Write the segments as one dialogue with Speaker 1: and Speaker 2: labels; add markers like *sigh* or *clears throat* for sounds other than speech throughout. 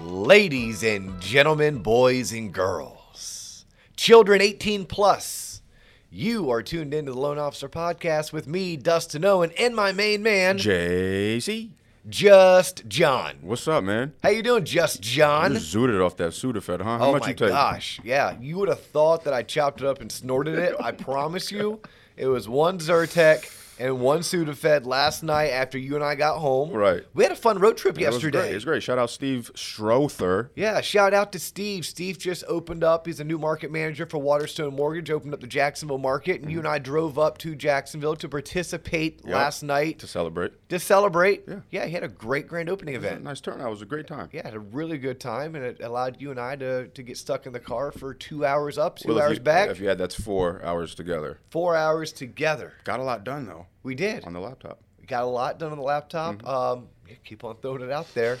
Speaker 1: Ladies and gentlemen, boys and girls, children 18 plus, you are tuned into the Loan Officer Podcast with me, Dustin Owen, and my main man,
Speaker 2: JC.
Speaker 1: Just John.
Speaker 2: What's up, man?
Speaker 1: How you doing, Just
Speaker 2: You
Speaker 1: John?
Speaker 2: zooted off that Sudafed, huh? How
Speaker 1: Oh
Speaker 2: much
Speaker 1: my
Speaker 2: you take?
Speaker 1: gosh! Yeah, you would have thought that I chopped it up and snorted it. I promise you, it was one Zyrtec and one Sudafed last night after you and I got home.
Speaker 2: Right.
Speaker 1: We had a fun road trip
Speaker 2: It was
Speaker 1: yesterday.
Speaker 2: great. It's great. Shout out Steve Strother.
Speaker 1: Yeah, shout out to Steve. Steve just opened up. He's a new market manager for Waterstone Mortgage, opened up the Jacksonville market, and you and I drove up to Jacksonville to participate
Speaker 2: Yep.
Speaker 1: last night
Speaker 2: to celebrate.
Speaker 1: to celebrate.
Speaker 2: Yeah.
Speaker 1: he had a great grand opening event.
Speaker 2: Nice turnout. It was a great time.
Speaker 1: Yeah, had a really good time, and it allowed you and I to, to get stuck in the car for two hours up, two
Speaker 2: Well, if
Speaker 1: hours
Speaker 2: you-
Speaker 1: back,
Speaker 2: If you had that's four hours together.
Speaker 1: four hours together.
Speaker 2: Got a lot done though
Speaker 1: We did.
Speaker 2: on the laptop.
Speaker 1: We got a lot done on the laptop.
Speaker 2: Mm-hmm.
Speaker 1: Um, yeah, keep on throwing it out there.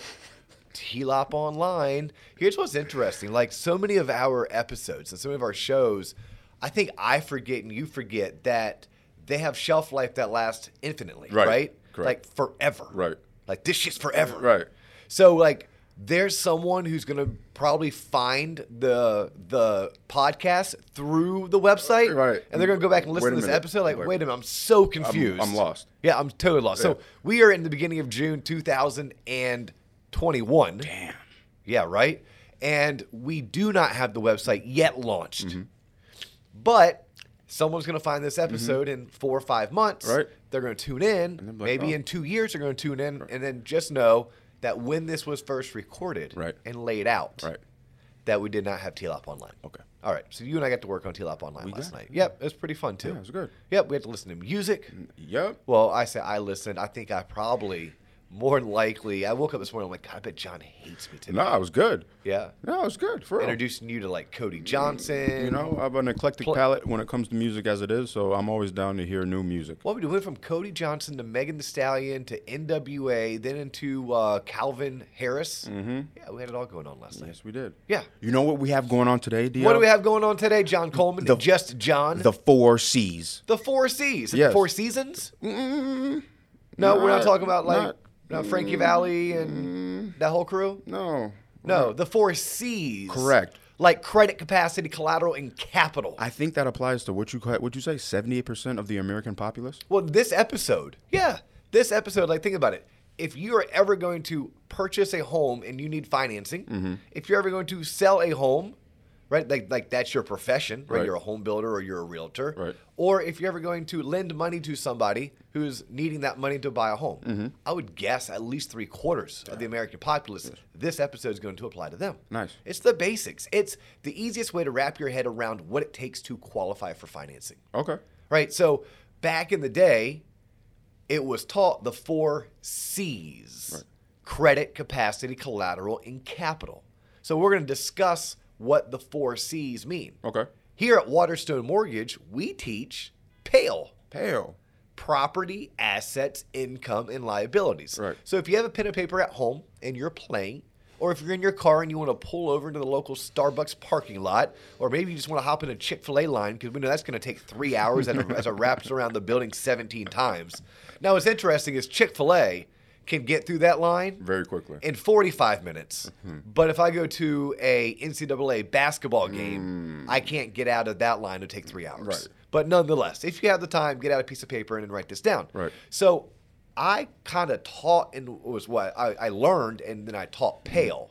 Speaker 1: TLOP online. Here's what's interesting: like so many of our episodes and so many of our shows, I think I forget and you forget that they have shelf life that lasts infinitely, right?
Speaker 2: Right. Correct.
Speaker 1: Like forever,
Speaker 2: Right.
Speaker 1: Like this shit's forever,
Speaker 2: Right.
Speaker 1: So like. There's someone who's gonna probably find the the podcast through the website,
Speaker 2: Right.
Speaker 1: And they're gonna go back and
Speaker 2: Wait
Speaker 1: listen
Speaker 2: a
Speaker 1: to this
Speaker 2: minute.
Speaker 1: episode. Like,
Speaker 2: Wait.
Speaker 1: wait a minute, I'm so confused.
Speaker 2: I'm lost.
Speaker 1: Yeah, I'm totally lost. So we are in the beginning of June 2021. Damn. Yeah, right? And we do not have the website yet launched.
Speaker 2: Mm-hmm.
Speaker 1: But someone's going to find this episode in four or five months.
Speaker 2: Mm-hmm. Right.
Speaker 1: They're going to tune in.
Speaker 2: then be like,
Speaker 1: Maybe
Speaker 2: "Oh."
Speaker 1: in two years, they're going to tune in. And then just know that when this was first recorded
Speaker 2: Right.
Speaker 1: and laid out,
Speaker 2: Right.
Speaker 1: that we did not have TLOP online.
Speaker 2: Okay.
Speaker 1: All right. So you and I got to work on TLOP online
Speaker 2: We
Speaker 1: last
Speaker 2: did.
Speaker 1: night. Yep. It was pretty fun, too.
Speaker 2: Yeah, it was good. Mm-hmm.
Speaker 1: Yep. We had to listen to music.
Speaker 2: Yep.
Speaker 1: Well, I say I listened. I think I probably, more than likely, I woke up this morning. I'm like, God, I bet John hates me today.
Speaker 2: No, it was good.
Speaker 1: Yeah.
Speaker 2: No, it was good. For real.
Speaker 1: Introducing you to like Cody Johnson.
Speaker 2: You know, I have an eclectic
Speaker 1: Pl-
Speaker 2: palette when it comes to music as it is, so I'm always down to hear new music.
Speaker 1: what we do? We went from Cody Johnson to Megan The Stallion to NWA, then into uh, Calvin Harris. Mm-hmm. Yeah, we had it all going on last night.
Speaker 2: Yes, we did.
Speaker 1: Yeah.
Speaker 2: You know what we have going on today, Dio?
Speaker 1: What do we have going on today, John Coleman?
Speaker 2: The-
Speaker 1: Just John.
Speaker 2: The four C's.
Speaker 1: The Four C's.
Speaker 2: Yes.
Speaker 1: Four Seasons. No, we're not
Speaker 2: Not-
Speaker 1: talking about like
Speaker 2: not- Mm-hmm.
Speaker 1: no, Frankie Valley and that whole crew.
Speaker 2: No.
Speaker 1: No, the four C's.
Speaker 2: Correct.
Speaker 1: Like credit capacity, collateral, and capital.
Speaker 2: I think that applies to what you ca- would you say 78% of the American populace?
Speaker 1: well, this episode, yeah, this episode, like, think about it. If you are ever going to purchase a home and you need financing,
Speaker 2: Mm-hmm.
Speaker 1: if you're ever going to sell a home, right, like, like that's your profession, right?
Speaker 2: Right.
Speaker 1: You're a home builder or you're a realtor.
Speaker 2: Right.
Speaker 1: Or if you're ever going to lend money to somebody who's needing that money to buy a home,
Speaker 2: Mm-hmm.
Speaker 1: I would guess at least three quarters of the American populace, this episode is going to apply to them.
Speaker 2: Nice.
Speaker 1: It's the basics. It's the easiest way to wrap your head around what it takes to qualify for financing.
Speaker 2: Okay.
Speaker 1: Right? So back in the day, it was taught the four C's credit, capacity, collateral, and capital. So we're going to discuss what the four C's mean.
Speaker 2: Okay.
Speaker 1: Here at Waterstone Mortgage, we teach PALE
Speaker 2: Pale.
Speaker 1: property, assets, income, and liabilities.
Speaker 2: Right.
Speaker 1: So if you have a pen and paper at home and you're playing, or if you're in your car and you want to pull over into the local Starbucks parking lot, or maybe you just want to hop in a Chick fil A line because we know that's going to take three hours as it, as it wraps around the building 17 times. Now, what's interesting is Chick fil A can get through that line
Speaker 2: Very quickly.
Speaker 1: in 45 minutes. But if I go to a NCAA basketball game, I can't get out of that line to take three hours.
Speaker 2: Mm. Right.
Speaker 1: But nonetheless, if you have the time, get out a piece of paper and then write this down.
Speaker 2: Right.
Speaker 1: So I kind of taught and was what I, I learned, and then I taught
Speaker 2: Mm-hmm.
Speaker 1: pale.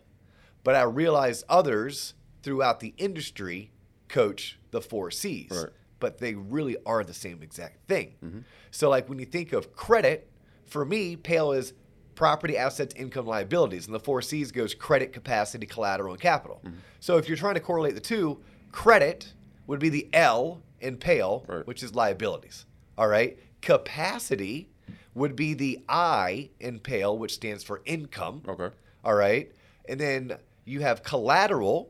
Speaker 1: But I realized others throughout the industry coach the four C's
Speaker 2: Right.
Speaker 1: but they really are the same exact thing. So, like when you think of credit, for me, PALE is property, assets, income, liabilities, and the four C's goes credit, capacity, collateral, and capital. So, if you're trying to correlate the two, credit would be the L in PALE,
Speaker 2: Right.
Speaker 1: which is liabilities. All right, capacity would be the I in PALE, which stands for income.
Speaker 2: Okay.
Speaker 1: All right. And then you have collateral,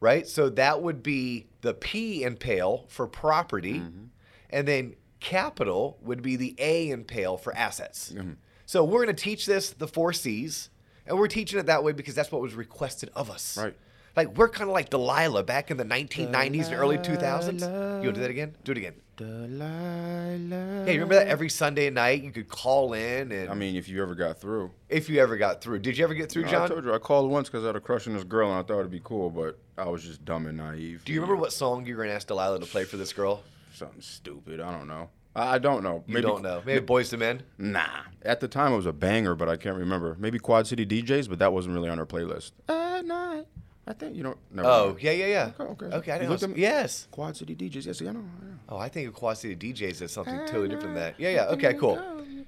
Speaker 1: right? So that would be the P in pale for property.
Speaker 2: Mm-hmm.
Speaker 1: And then capital would be the A in pale for assets.
Speaker 2: Mm-hmm.
Speaker 1: So we're going to teach this the four C's. And we're teaching it that way because that's what was requested of us.
Speaker 2: Right.
Speaker 1: Like we're kind of like Delilah back in the 1990s and early 2000s. You want to do that again? Do it again.
Speaker 2: Delilah.
Speaker 1: Yeah, you remember that every Sunday night you could call in and
Speaker 2: I mean, if you ever got through.
Speaker 1: if you ever got through. Did you ever get through,
Speaker 2: I
Speaker 1: John?
Speaker 2: told you I called once because I had a crush on this girl and I thought it'd be cool, but I was just dumb and naive.
Speaker 1: Do you remember what song you were gonna ask Delilah to play for this girl?
Speaker 2: Something stupid. I don't know. I I don't know.
Speaker 1: You don't know. Maybe Boys to Men.
Speaker 2: Nah. At the time, it was a banger, but I can't remember. Maybe Quad City DJs, but that wasn't really on our playlist. At night. Uh, I think you know. Never
Speaker 1: Oh
Speaker 2: mind.
Speaker 1: yeah, yeah, yeah.
Speaker 2: Okay, okay.
Speaker 1: Okay, I
Speaker 2: You
Speaker 1: didn't.
Speaker 2: looked
Speaker 1: know-
Speaker 2: them-
Speaker 1: yes.
Speaker 2: Quad City DJs. Yes, I know. I know.
Speaker 1: Oh, I think of Quad City DJs is something totally different than that. Yeah, yeah. Okay, cool.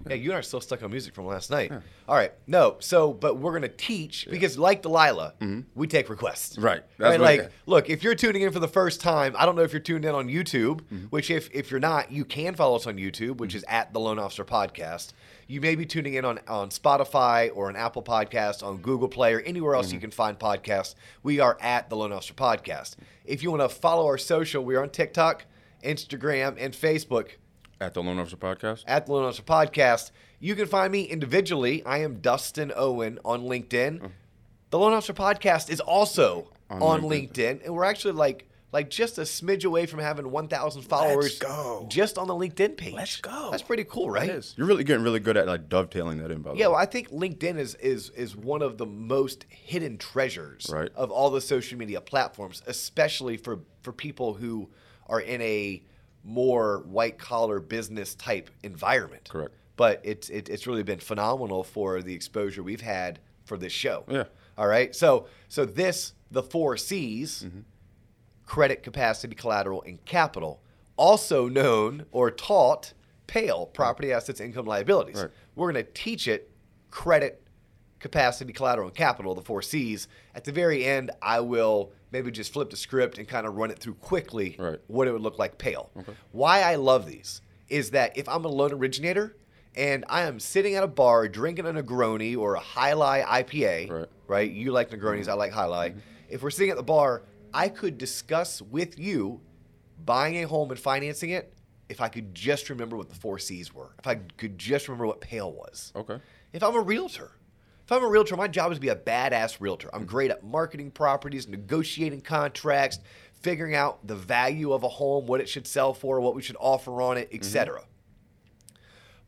Speaker 1: Yeah, you and I are still stuck on music from last night. All right. No, so, but we're going to teach because, like Delilah, we take requests.
Speaker 2: Mm-hmm. Right. That's
Speaker 1: Right.
Speaker 2: what-
Speaker 1: Like, look, if you're tuning in for the first time, I don't know if you're tuned in on YouTube,
Speaker 2: Mm-hmm.
Speaker 1: which, if, if you're not, you can follow us on YouTube, which is at the Loan Officer Podcast. You may be tuning in on, on Spotify or on Apple Podcast, on Google Play, or anywhere
Speaker 2: Mm-hmm.
Speaker 1: else you can find podcasts. We are at the Loan Officer Podcast. If you want to follow our social, we're on TikTok, Instagram, and Facebook
Speaker 2: At the Lone Officer Podcast.
Speaker 1: at the Lone Officer Podcast. You can find me individually. I am Dustin Owen on LinkedIn. The Lone Officer Podcast is also on,
Speaker 2: Mm. On
Speaker 1: LinkedIn.
Speaker 2: LinkedIn.
Speaker 1: and we're actually like like just a smidge away from having 1,000 followers.
Speaker 2: go.
Speaker 1: Just on the LinkedIn page.
Speaker 2: Let's go.
Speaker 1: That's pretty cool, right?
Speaker 2: It is. You're really getting really good at like dovetailing that in, by the
Speaker 1: Yeah,
Speaker 2: way.
Speaker 1: well, I think LinkedIn is is is one of the most hidden treasures
Speaker 2: Right.
Speaker 1: of all the social media platforms, especially for for people who are in a more white collar business type environment.
Speaker 2: Correct.
Speaker 1: But it's it, it's really been phenomenal for the exposure we've had for this show.
Speaker 2: Yeah.
Speaker 1: All right. So so this the four C's
Speaker 2: Mm-hmm.
Speaker 1: credit capacity, collateral, and capital, also known or taught PALE, property assets, income liabilities.
Speaker 2: Right.
Speaker 1: We're going to teach it credit, capacity, collateral, and capital, the four C's. At the very end, I will maybe just flip the script and kind of run it through quickly
Speaker 2: Right.
Speaker 1: what it would look like PALE. Why I love these is that if I'm a loan originator and I am sitting at a bar drinking a Negroni or a High Lie IPA,
Speaker 2: Right.
Speaker 1: right? You like Negronis, I like High Life. If we're sitting at the bar, I could discuss with you buying a home and financing it if I could just remember what the four C's were, if I could just remember what Pale was.
Speaker 2: Okay.
Speaker 1: If I'm a realtor, if I'm a realtor, my job is to be a badass realtor. I'm great at marketing properties, negotiating contracts, figuring out the value of a home, what it should sell for, what we should offer on it, etc.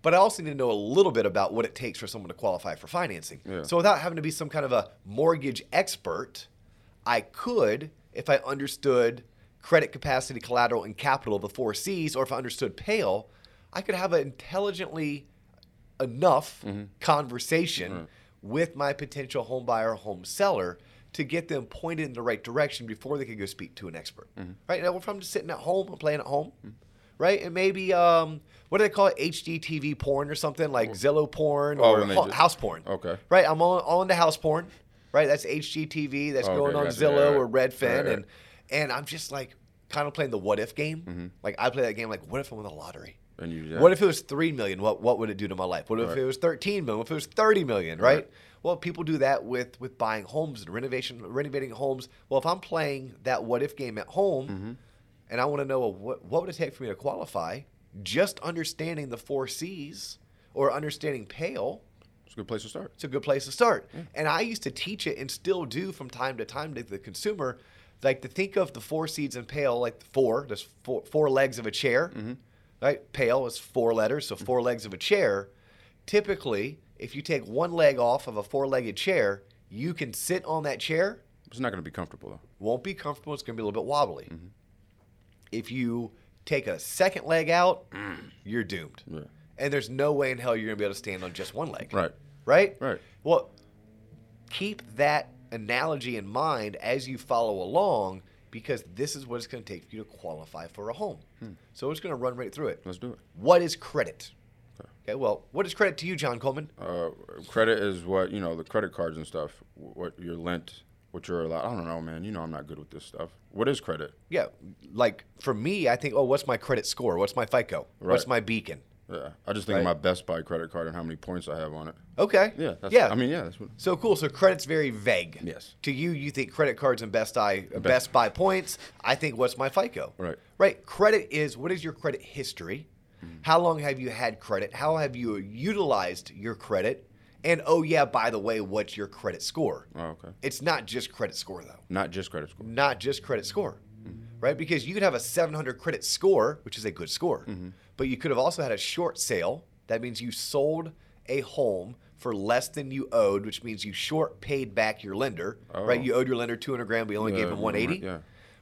Speaker 1: But I also need to know a little bit about what it takes for someone to qualify for financing.
Speaker 2: Yeah.
Speaker 1: So without having to be some kind of a mortgage expert, I could, if I understood credit capacity, collateral, and capital, the four C's, or if I understood PALE, I could have an intelligently enough
Speaker 2: Mm-hmm.
Speaker 1: conversation with my potential home buyer, home seller to get them pointed in the right direction before they could go speak to an expert.
Speaker 2: Mm-hmm.
Speaker 1: Right now, if I'm just sitting at home, I'm playing at home, right? And maybe um, what do they call it? HGTV porn or something like Zillow porn
Speaker 2: Oh,
Speaker 1: or
Speaker 2: when they
Speaker 1: ho-
Speaker 2: ju-
Speaker 1: house porn.
Speaker 2: Okay.
Speaker 1: right? I'm on on the house porn, right? That's HGTV. That's
Speaker 2: Okay,
Speaker 1: going on
Speaker 2: gotcha.
Speaker 1: Zillow
Speaker 2: Yeah,
Speaker 1: or
Speaker 2: right.
Speaker 1: Redfin,
Speaker 2: Right, right.
Speaker 1: and and I'm just like kind of playing the what if game. Like I play that game like what if I won the lottery?
Speaker 2: And you, yeah.
Speaker 1: What if it was three million? What what would it do to my life? What if
Speaker 2: Right.
Speaker 1: it was thirteen million? What if it was thirty million? Right?
Speaker 2: Right.
Speaker 1: Well, people do that with with buying homes and renovation, renovating homes. Well, if I'm playing that what if game at home,
Speaker 2: Mm-hmm.
Speaker 1: and I want to know what what would it take for me to qualify, just understanding the four C's or understanding Pale
Speaker 2: It's a good place to start.
Speaker 1: it's a good place to start. And I used to teach it and still do from time to time to the consumer, like to think of the four seeds and pale, like the four, there's four, four legs of a chair, right? Pale is four letters, so 4 legs of a chair. Typically, if you take one leg off of a four legged chair, you can sit on that chair
Speaker 2: It's not going to be comfortable though.
Speaker 1: won't be comfortable. It's going to be a little bit wobbly.
Speaker 2: Mm-hmm.
Speaker 1: If you take a second leg out, you're doomed.
Speaker 2: Mm. Yeah.
Speaker 1: And there's no way in hell you're going to be able to stand on just one leg.
Speaker 2: Right.
Speaker 1: Right?
Speaker 2: Right.
Speaker 1: Well, keep that analogy in mind as you follow along because this is what it's going to take for you to qualify for a home.
Speaker 2: Hmm.
Speaker 1: So it's going to run right through it.
Speaker 2: Let's do it.
Speaker 1: What is credit? Okay, well, what is credit to you, John Coleman?
Speaker 2: Uh, credit is what you know, the credit cards and stuff. wh- What you're lent, what you're allowed. I don't know, man. You know, I'm not good with this stuff. What is credit?
Speaker 1: Yeah, like for me, I think, oh, what's my credit score? What's my FICO? What's
Speaker 2: Right.
Speaker 1: my beacon?
Speaker 2: Yeah, I just think of
Speaker 1: Right.
Speaker 2: my Best Buy credit card and how many points I have on it.
Speaker 1: Okay.
Speaker 2: Yeah, that's,
Speaker 1: yeah.
Speaker 2: I mean, yeah, that's what.
Speaker 1: So cool. So credit's very vague.
Speaker 2: Yes.
Speaker 1: To you, you think credit cards and Best I Best Buy points. I think what's my FICO.
Speaker 2: Right. Mm-hmm.
Speaker 1: Right. Credit is what is your credit history? How long have you had credit? How have you utilized your credit? And oh yeah, by the way, what's your credit score?
Speaker 2: Oh, okay.
Speaker 1: It's not just credit score though.
Speaker 2: Not just credit score.
Speaker 1: Not just credit score. Right? Because you could have a 700 credit score, which is a good score.
Speaker 2: Mm-hmm.
Speaker 1: But you could have also had a short sale. That means you sold a home for less than you owed, which means you short paid back your lender. Right?
Speaker 2: Oh.
Speaker 1: You owed your lender 200 grand, but you only
Speaker 2: Yeah,
Speaker 1: gave him
Speaker 2: remember,
Speaker 1: 180.
Speaker 2: yeah.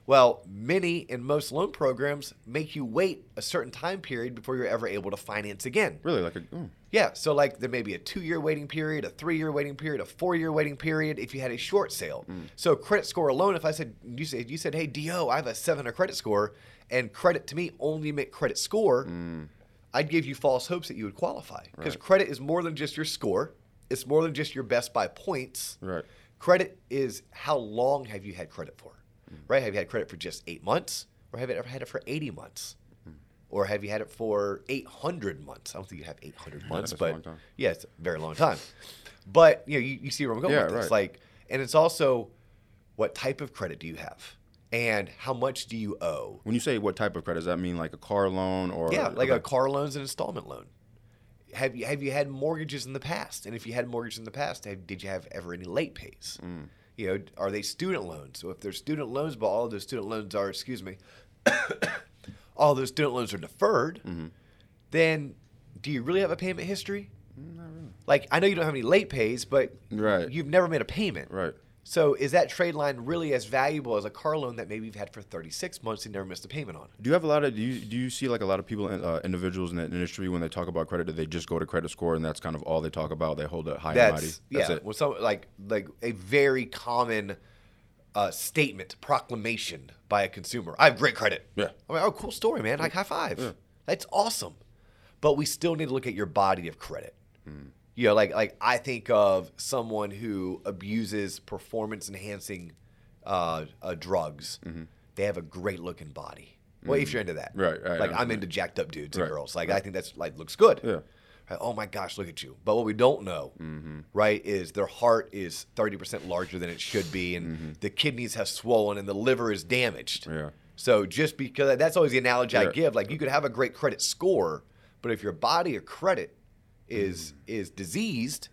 Speaker 1: Well, many and most loan programs make you wait a certain time period before you're ever able to finance again.
Speaker 2: Really, like a. mm.
Speaker 1: Yeah, so like there may be a two year waiting period, a three year waiting period, a four year waiting period if you had a short sale. So credit score alone, if I said you said you said, Hey DO, I have a seven hundred credit score and credit to me only meant credit score, I'd give you false hopes that you would qualify. Because credit is more than just your score. It's more than just your best by points.
Speaker 2: Right.
Speaker 1: Credit is how long have you had credit for?
Speaker 2: Mm.
Speaker 1: Right? Have you had credit for just eight months? Or have you ever had it for 80 months?
Speaker 2: Mm.
Speaker 1: Or have you had it for 800 months? I don't think you have
Speaker 2: *laughs*
Speaker 1: 800 months,
Speaker 2: that's a long
Speaker 1: but
Speaker 2: time.
Speaker 1: yeah, it's a very long time. But you know, you, you see where I'm going
Speaker 2: Yeah,
Speaker 1: with this.
Speaker 2: right.
Speaker 1: Like, and it's also what type of credit do you have, and how much do you owe?
Speaker 2: When you say what type of credit, does that mean like a car loan or?
Speaker 1: Yeah, like a
Speaker 2: okay.
Speaker 1: car loan's an installment loan. Have you have you had mortgages in the past? And if you had mortgages in the past, have, did you have ever any late pays?
Speaker 2: Mm.
Speaker 1: You know, are they student loans? So if they're student loans, but all of those student loans are, excuse me, *coughs* all those student loans are deferred,
Speaker 2: Mm-hmm.
Speaker 1: then do you really have a payment history? Like I know you don't have any late pays, but
Speaker 2: Mm, Right.
Speaker 1: you've never made a payment.
Speaker 2: Right.
Speaker 1: So is that trade line really as valuable as a car loan that maybe you've had for 36 months and never missed a payment on?
Speaker 2: Do you have a lot of do you do you see like a lot of people uh, individuals in that industry when they talk about credit, do they just go to credit score and that's kind of all they talk about? They hold it high and mighty.
Speaker 1: That's,
Speaker 2: That's
Speaker 1: yeah.
Speaker 2: it.
Speaker 1: Well, some like like a very common uh, statement proclamation by a consumer. I have great credit.
Speaker 2: Yeah.
Speaker 1: I'm like, oh, cool story, man. Like high five. That's awesome. But we still need to look at your body of credit.
Speaker 2: Hmm.
Speaker 1: You know, like like I think of someone who abuses performance enhancing uh, uh, drugs. They have a great looking body. Well, if you're into that,
Speaker 2: Mm-hmm. Right, right,
Speaker 1: Like
Speaker 2: I
Speaker 1: I'm into jacked up dudes and
Speaker 2: Right,
Speaker 1: girls. Like I think that's like looks good.
Speaker 2: Yeah. Mm-hmm.
Speaker 1: Right, Oh my gosh, look at you. But what we don't know, right, is their heart is 30% larger than it should be, and the kidneys have swollen, and the liver is damaged.
Speaker 2: Mm-hmm. Yeah.
Speaker 1: So just because that's always the analogy I
Speaker 2: Yeah.
Speaker 1: give. Like you could have a great credit score, but if your body of credit is
Speaker 2: Mm-hmm.
Speaker 1: is diseased,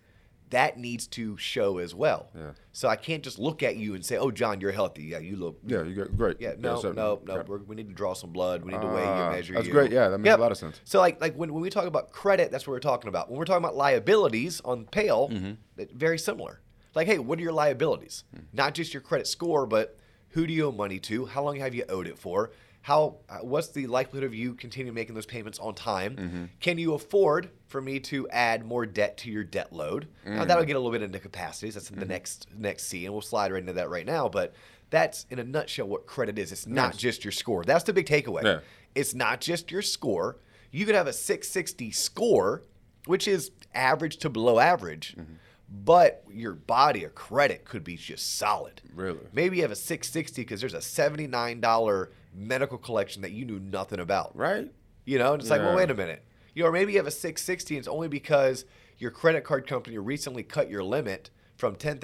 Speaker 1: that needs to show as well.
Speaker 2: Yeah.
Speaker 1: So I can't just look at you and say, "Oh, John, you're healthy. Yeah, you look
Speaker 2: Yeah, you got great.
Speaker 1: yeah, no,
Speaker 2: so-
Speaker 1: no, no.
Speaker 2: got it.
Speaker 1: We're, we need to draw some blood. We need to weigh you,
Speaker 2: Ah,
Speaker 1: measure
Speaker 2: that's
Speaker 1: you.
Speaker 2: great. Yeah, that makes a lot of sense.
Speaker 1: So, like, like when, when we talk about credit, that's what we're talking about. When we're talking about liabilities on Pale,
Speaker 2: Mm-hmm.
Speaker 1: that- very similar. Like, hey, what are your liabilities? Not just your credit score, but who do you owe money to? How long have you owed it for? How? uh, What's the likelihood of you continue making those payments on time?
Speaker 2: Mm-hmm.
Speaker 1: Can you afford for me to add more debt to your debt load?
Speaker 2: Mm-hmm.
Speaker 1: Now that'll get a little bit into capacities. That's the next next C, and we'll slide right into that right now. But that's in a nutshell what credit is. It's not just your score. That's the big takeaway.
Speaker 2: Yeah.
Speaker 1: It's not just your score. You could have a 660 score, which is average to below average, but your body of credit could be just solid.
Speaker 2: Really?
Speaker 1: Maybe you have a 660 because there's a $79 medical collection that you knew nothing about.
Speaker 2: Right?
Speaker 1: You know, and it's like, well,
Speaker 2: Yeah.
Speaker 1: wait a minute. You know, or maybe you have a 660 and it's only because your credit card company recently cut your limit from $10,000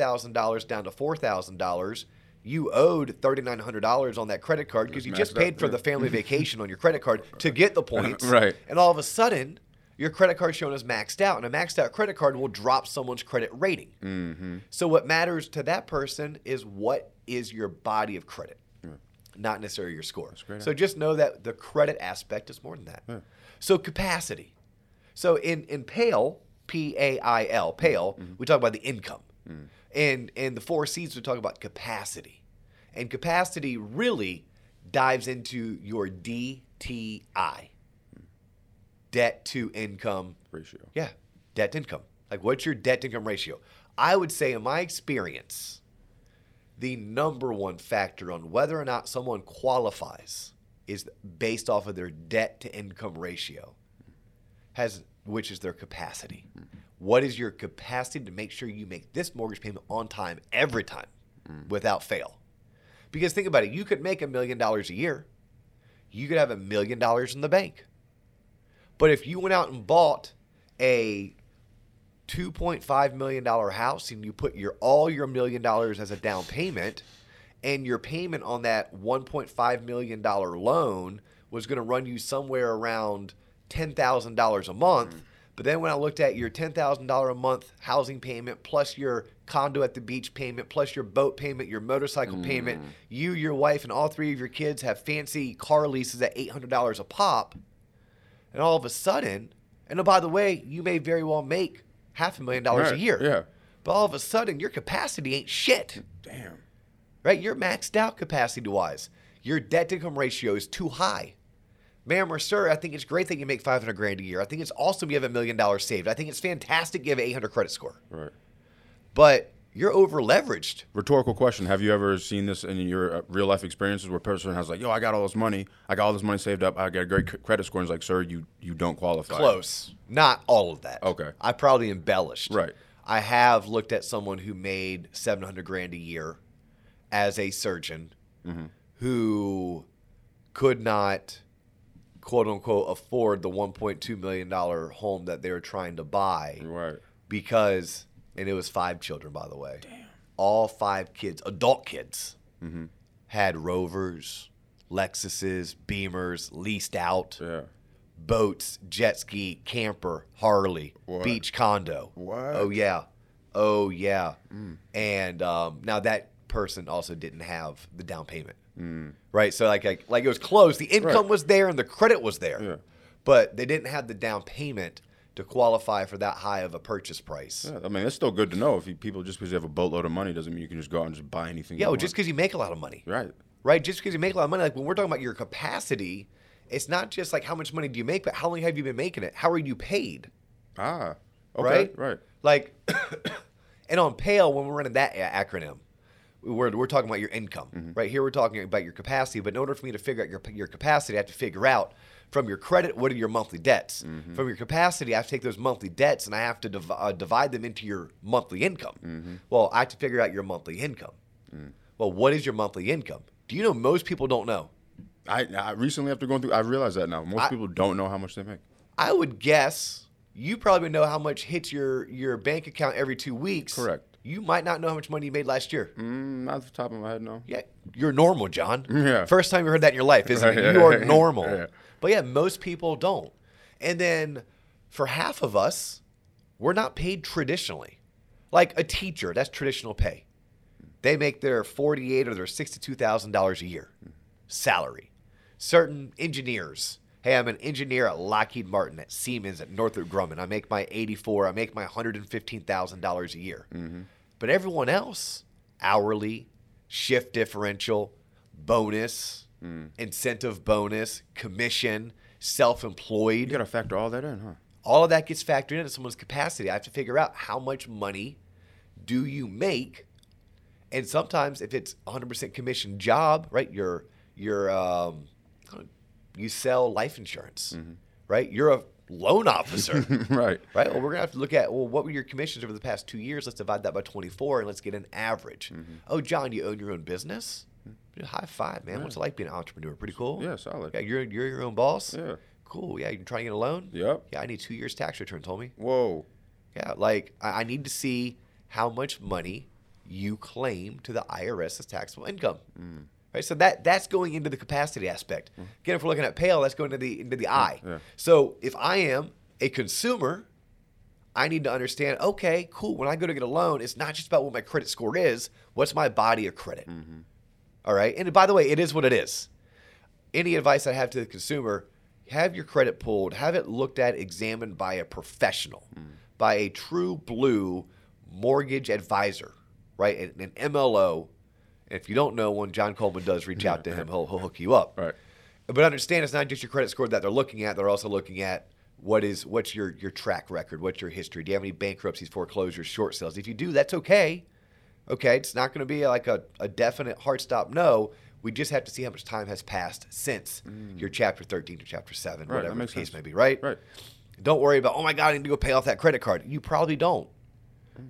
Speaker 1: down to $4,000. You owed $3,900 on that credit card because you just
Speaker 2: maxed out,
Speaker 1: paid for
Speaker 2: yeah.
Speaker 1: the family vacation on your credit card to get the points.
Speaker 2: Right.
Speaker 1: And all of a sudden, your credit card shown as maxed out, and a maxed out credit card will drop someone's credit rating.
Speaker 2: Mm-hmm.
Speaker 1: So, what matters to that person is what is your body of credit, not necessarily your score.
Speaker 2: great.
Speaker 1: So, just know that the credit aspect is more than that. So, capacity. So, in, in PAIL, P A I L, PAIL, we talk about the income. And, and the four C's, we talk about capacity. And capacity really dives into your DTI debt to income
Speaker 2: Ratio.
Speaker 1: yeah, debt to income. Like, what's your debt to income ratio? I would say, in my experience, the number one factor on whether or not someone qualifies is based off of their debt to income ratio, has which is their capacity. What is your capacity to make sure you make this mortgage payment on time every time without fail? Because think about it, you could make a million dollars a year. You could have a million dollars in the bank. But if you went out and bought a $2.5 million house and you put your all your million dollars as a down payment and your payment on that $1.5 million loan was going to run you somewhere around $10,000 a month But then when I looked at your $10,000 a month housing payment, plus your condo at the beach payment, plus your boat payment, your motorcycle payment, you, your wife, and all three of your kids have fancy car leases at $800 a pop. And all of a sudden, and oh, by the way, you may very well make half a million dollars a
Speaker 2: Right,
Speaker 1: year.
Speaker 2: yeah.
Speaker 1: But all of a sudden, your capacity ain't shit
Speaker 2: Damn.
Speaker 1: right? You're maxed out capacity wise. Your debt to income ratio is too high. Ma'am or sir, I think it's great that you make 500 grand a year. I think it's awesome you have a million dollars saved. I think it's fantastic you have an 800 credit score.
Speaker 2: Right.
Speaker 1: But you're over leveraged.
Speaker 2: Rhetorical question: Have you ever seen this in your uh, real life experiences where a person has like, "Yo, I got all this money, I got all this money saved up, I got a great c- credit score," and it's like, "Sir, you you don't qualify."
Speaker 1: Close. Not all of that.
Speaker 2: Okay.
Speaker 1: I probably embellished.
Speaker 2: Right.
Speaker 1: I have looked at someone who made 700 grand a year as a surgeon
Speaker 2: Mm-hmm.
Speaker 1: who could not quote unquote afford the 1.2 million dollar home that they were trying to buy
Speaker 2: Right.
Speaker 1: because and it was five children by the way all five kids adult kids
Speaker 2: Mm-hmm.
Speaker 1: had rovers lexuses beamers leased out
Speaker 2: Yeah.
Speaker 1: boats, jet ski, camper, Harley,
Speaker 2: What?
Speaker 1: beach condo.
Speaker 2: What?
Speaker 1: Oh yeah, oh yeah. And um, now that person also didn't have the down payment, right? So like, like like it was close. The income
Speaker 2: Mm. Right.
Speaker 1: was there and the credit was there,
Speaker 2: Yeah.
Speaker 1: but they didn't have the down payment to qualify for that high of a purchase price.
Speaker 2: Yeah, I mean, it's still good to know if you, people just because you have a boatload of money doesn't mean you can just go out and just buy anything.
Speaker 1: Yeah,
Speaker 2: you
Speaker 1: well,
Speaker 2: want.
Speaker 1: just because you make a lot of money,
Speaker 2: right.
Speaker 1: right? Just because you make a lot of money, like when we're talking about your capacity, it's not just like how much money do you make, but how long have you been making it? How are you paid?
Speaker 2: Ah. Okay.
Speaker 1: right?
Speaker 2: Right.
Speaker 1: Like, *coughs* and on Pale, when we're running that a- acronym, we're, we're talking about your income, right? Here we're talking about your capacity, but in order for me to figure out your, your capacity, I have to figure out from your credit, what are your monthly debts? From your capacity, I have to take those monthly debts and I have to div- uh, divide them into your monthly income. Well, I have to figure out your monthly income. Well, what is your monthly income? Do you know most people don't know?
Speaker 2: I, I recently after going through, I realized that now most
Speaker 1: I-
Speaker 2: people don't know how much they make.
Speaker 1: I would guess you probably know how much hits your, your bank account every two weeks.
Speaker 2: Correct.
Speaker 1: You might not know how much money you made last year.
Speaker 2: Mm, not off the top of my head, no.
Speaker 1: yeah, you're normal, John.
Speaker 2: Yeah.
Speaker 1: First time you heard that in your life, isn't
Speaker 2: Yeah.
Speaker 1: it? You are normal.
Speaker 2: Yeah.
Speaker 1: But yeah, most people don't. And then for half of us, we're not paid traditionally. Like a teacher, that's traditional pay. They make their forty-eight or their sixty-two thousand dollars a year salary. Certain engineers. Hey, I'm an engineer at Lockheed Martin, at Siemens, at Northrop Grumman. I make my eighty-four. I make my hundred and fifteen thousand dollars a year. But everyone else, hourly, shift differential, bonus, incentive bonus, commission, self-employed
Speaker 2: You got to factor all that in, huh?
Speaker 1: all of that gets factored into someone's capacity. I have to figure out how much money do you make, and sometimes if it's 100% commission job, right? You're you're um, you sell life insurance, right? You're a loan
Speaker 2: *laughs*
Speaker 1: officer,
Speaker 2: *laughs* right.
Speaker 1: right? Well, we're gonna have to look at well, what were your commissions over the past two years? Let's divide that by 24 and let's get an average. Oh, John, you own your own business. High five, man! What's it like being an entrepreneur? Pretty cool.
Speaker 2: Yeah, solid.
Speaker 1: Yeah, you're you're your own boss.
Speaker 2: Yeah.
Speaker 1: Cool. Yeah, you trying to get a loan?
Speaker 2: Yep.
Speaker 1: Yeah, I need two years tax returns, homie.
Speaker 2: Whoa.
Speaker 1: Yeah, like I I need to see how much money you claim to the IRS as taxable income.
Speaker 2: Mm.
Speaker 1: Right, so that that's going into the capacity aspect. Again, if we're looking at pale, that's going into the into the I.
Speaker 2: yeah.
Speaker 1: So if I am a consumer, I need to understand. Okay, cool. When I go to get a loan, it's not just about what my credit score is. What's my body of credit? All right. And by the way, it is what it is. Any advice I have to the consumer, have your credit pulled, have it looked at, examined by a professional, by a true blue mortgage advisor, right? An, an MLO. And if you don't know one, John Coleman does reach out to him. He'll, he'll hook you up.
Speaker 2: Right.
Speaker 1: But understand it's not just your credit score that they're looking at, they're also looking at what is what's your your track record, what's your history? Do you have any bankruptcies, foreclosures, short sales? If you do, that's okay. Okay, it's not going to be like a, a definite hard stop no. We just have to see how much time has passed since your chapter 13 to chapter 7,
Speaker 2: Mm. Right, that
Speaker 1: whatever the
Speaker 2: makes
Speaker 1: case
Speaker 2: sense.
Speaker 1: may be, right?
Speaker 2: Right.
Speaker 1: Don't worry about, oh my God, I need to go pay off that credit card. You probably don't.